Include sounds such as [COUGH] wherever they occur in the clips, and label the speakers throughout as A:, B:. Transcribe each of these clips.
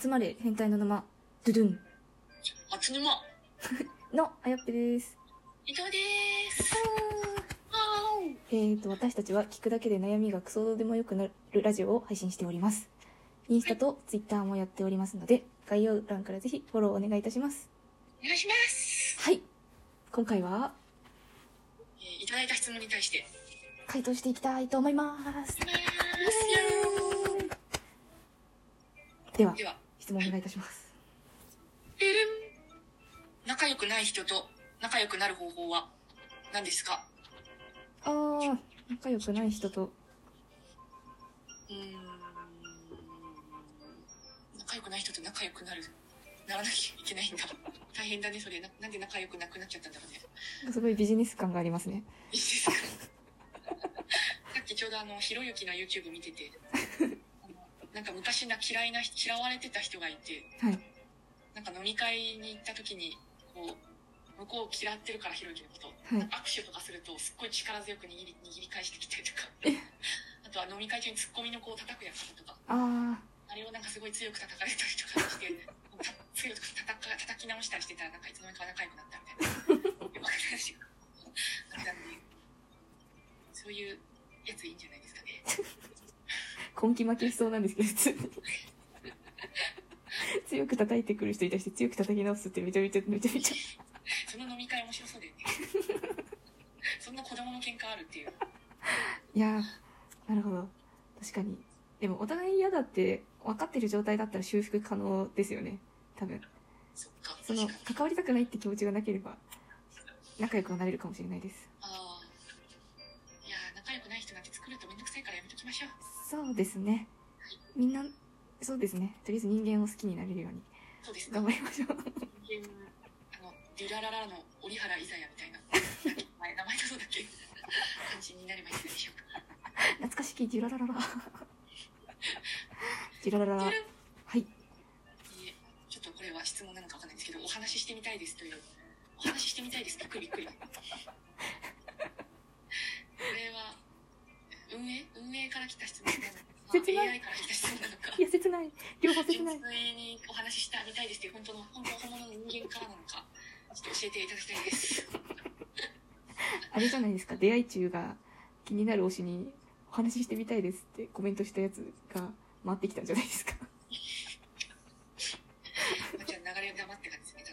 A: 集まれ変態の沼ドゥドゥン
B: あつぬま、
A: のあやっぺです
B: 伊藤です。あー
A: えー、と私たちは聞くだけで悩みがクソどうでもよくなるラジオを配信しておりますインスタとツイッターもやっておりますので概要欄からぜひフォローお願いいたします
B: お願いします。
A: はい今回は
B: えーいただいた質問に対して。
A: 回答していきたいと思います
B: お願いします
A: で
B: よ
A: は
B: では、
A: 質問お願いいたします
B: ペルン。仲良くない人と仲良くなる方法は何ですか
A: あー仲良くない人と
B: うーん。仲良くない人と仲良くなる。ならなきゃいけないんだ。大変だね、それ。ななんで仲良くなくなっちゃったんだろうね。
A: すごいビジネス感がありますね
B: いいですかさっきちょうどあの、ひろゆきの YouTube 見てて、あのなんか昔な嫌いな人、嫌われてた人がいて、
A: はい
B: なんか飲み会に行った時に、こう、向こう嫌ってるからひろゆきのこと、
A: はい
B: 握手とかするとすっごい力強く握り握り返してきたりとか、あとは飲み会中にツッコミの子を叩くやつとか、
A: あ
B: あれをなんかすごい強く叩かれたりとかして、た強く叩か叩き直したりしてたら、なんかいつの間にか仲良くなったみたいな。よく話があったんで、そういうやついいんじゃないですかね。
A: ー根気負けしそうなんですけど普通に [LAUGHS] 強く叩いてくる人に対して強く叩き直すってめちゃめちゃめちゃめちゃ
B: その飲み会面白そうだよね。そんな子供の喧嘩あるっていう。
A: いやーなるほど確かにでもお互い嫌だって分かってる状態だったら修復可能ですよね多分
B: そっか、
A: そ
B: 確か
A: の
B: に。
A: 関わりたくないって気持ちがなければ仲良くはなれるかもしれないです
B: ああ。いやー、仲良くない人なんて作るとめんどくさいからやめときましょう。
A: そうですねみんなそうですねとりあえず人間を好きになれるように
B: そうですね。
A: 頑張りましょう
B: 人間あのデュラララの折原イザヤみたいな前名前だそうだっけ感じになればいいんでしょうか
A: 懐かしきジュララララ [LAUGHS] ジュララララ
B: デュラい
A: はい
B: えちょっとこれは質問なのかわかんないんですけどお話ししてみたいですというお話ししてみたいですびっくりびっくりこれは運営運営から来た質問なのか、
A: 切ない
B: AI から来た質問なのか
A: [LAUGHS] いや切ない両方切
B: 純
A: な
B: 粋
A: い
B: にお話ししたみたいですっていう本当の本当本物の人間からなのかちょっと教えていただきたいです
A: あれじゃないですか出会い中が気になる推しにお話ししてみたいですってコメントしたやつが回ってきたんじゃないですか [LAUGHS]
B: まあじゃあ流れを黙って感じですねた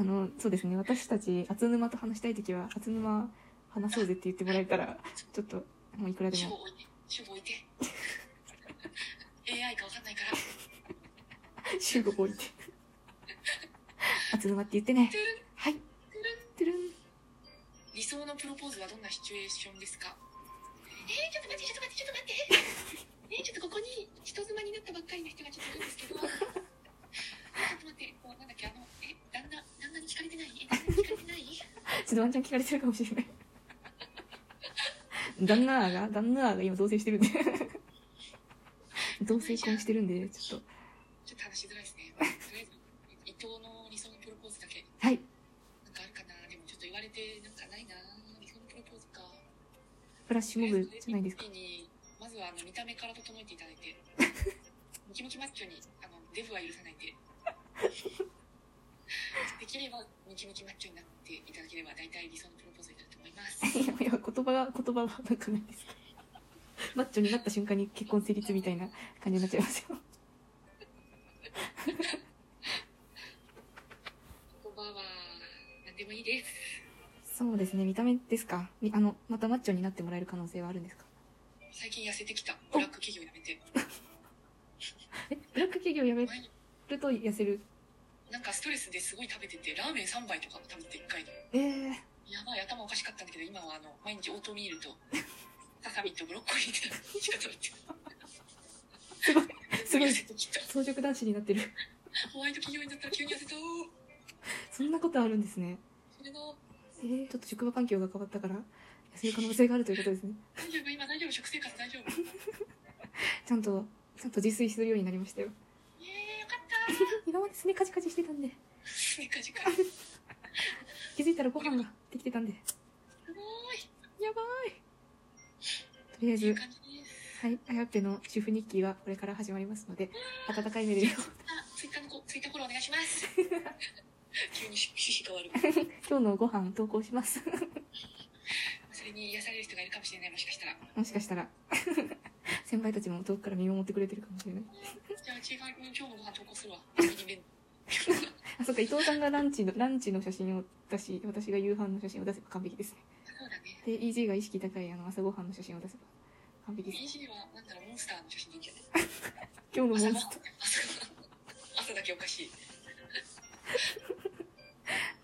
B: だの
A: あのそうですね私たち厚沼と話したい時は厚沼話そうぜって言ってもらえたらちょっともういくらで
B: 主語
A: も
B: 置いて主語置いて [LAUGHS] AI かわかんないから
A: [LAUGHS] 集合置いて厚沼って言ってね
B: トゥルン
A: はい
B: トゥルン
A: てるん
B: 理想のプロポーズはどんなシチュエーションですかえー、ちょっと待ってちょっと待ってちょっと待ってえー、 [LAUGHS] ちょっとここに人妻になったばっかりの人がちょっといるんです [LAUGHS] けどちょっと待ってこうなんだっけあのえ旦那旦那に聞かれてないえ旦那に聞かれてない
A: ちょっとワンちゃん聞かれてるかもしれない [LAUGHS] 旦那が旦那が今同棲してるんで [LAUGHS] 同棲婚してるんでちょっ
B: ちょっと話しづらいですねとりあえず伊藤の理想のプロポーズだけ
A: とはい
B: なんかあるかなでもちょっと言われてなんかないな理想のプロポーズか
A: フラッシュモブじゃないですか
B: とりあえず一気にまずはあの見た目から整えていただいてムキムキマッチョにあのデブは許さないでできればムキムキマッチョになっていただければ大体理想のプロポーズになると思います
A: いやいや言葉が言葉はなくないですかマッチョになった瞬間に結婚成立みたいな感じになっちゃいますよ
B: 言葉は何でもいいです
A: そうですね見た目ですかみあのまたマッチョになってもらえる可能性はあるんですか
B: 最近痩せてきたブラック企業やめて
A: えブラック企業やめ
B: 前に
A: ると痩せる
B: なんかストレスですごい食べててラーメン3杯とか食べて1回で
A: えー、
B: やばい頭おかしかったんだけど今はあの毎日オートミールとささみとブロッコリーでしか食べて
A: すごいすごい
B: 痩せてきた
A: 装飾男子になってる
B: ホワイト企業になったら急に痩せた
A: そんなことあるんですね
B: それの
A: えー、ちょっと職場環境が変わったから痩せる可能性があるということですね
B: 大丈夫今大丈夫食生活大丈夫
A: ちゃんとちゃんと自炊するようになりましたよ
B: イエーイよかった
A: 今まですねカチカチしてたんで
B: スイカ時間す
A: 気づいたらご飯ができてたんで
B: ごーい
A: やばいとりあえ
B: いい
A: ず
B: 感じです
A: ははい、あやっぺの主婦日記はこれから始まりますので、温かい目で見よう、
B: あ、ツイッターの子、ツイッターフォローお願いします。急に趣旨変わる。
A: 今日のご飯投稿します。 [LAUGHS]
B: それに癒される人がいるかもしれない、もしかしたら。
A: もしかしたら、 [LAUGHS] 先輩たちも遠くから見守ってくれてるかもしれない。
B: じゃあ、違う、今日のご飯投稿するわ。次に麺
A: あ、そっか、伊藤さんがランチの、ランチの写真を出し、私が夕飯の写真を出せば完璧ですね。
B: そうだね。
A: で、EG が意識高いあの朝ごはんの写真を出せば完璧です。
B: EG は、なんだろう、モンスターの写真でいいんじゃない
A: 今日のモ
B: 朝
A: ン
B: ご
A: ス
B: はん
A: ター
B: 朝だけおかしい。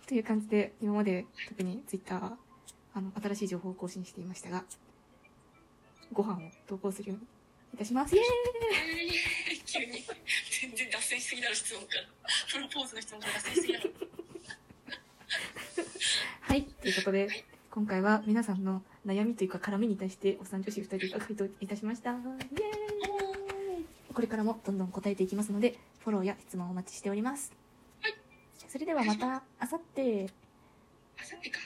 A: という感じで、今まで特に Twitter は、あの、新しい情報を更新していましたが、ご飯を投稿するようにいたします。イエーイ
B: えー急に、全然脱線しすぎだろ、質問から。プロポーズの質問から脱線しすぎだろ。
A: はい、ということで、今回は皆さんの悩みというか絡みに対して、おっさん女子2人が回答いたしました。イエーイこれからもどんどん答えていきますので、フォローや質問をお待ちしております。
B: はい。
A: それではまた、あさって。
B: あさってか。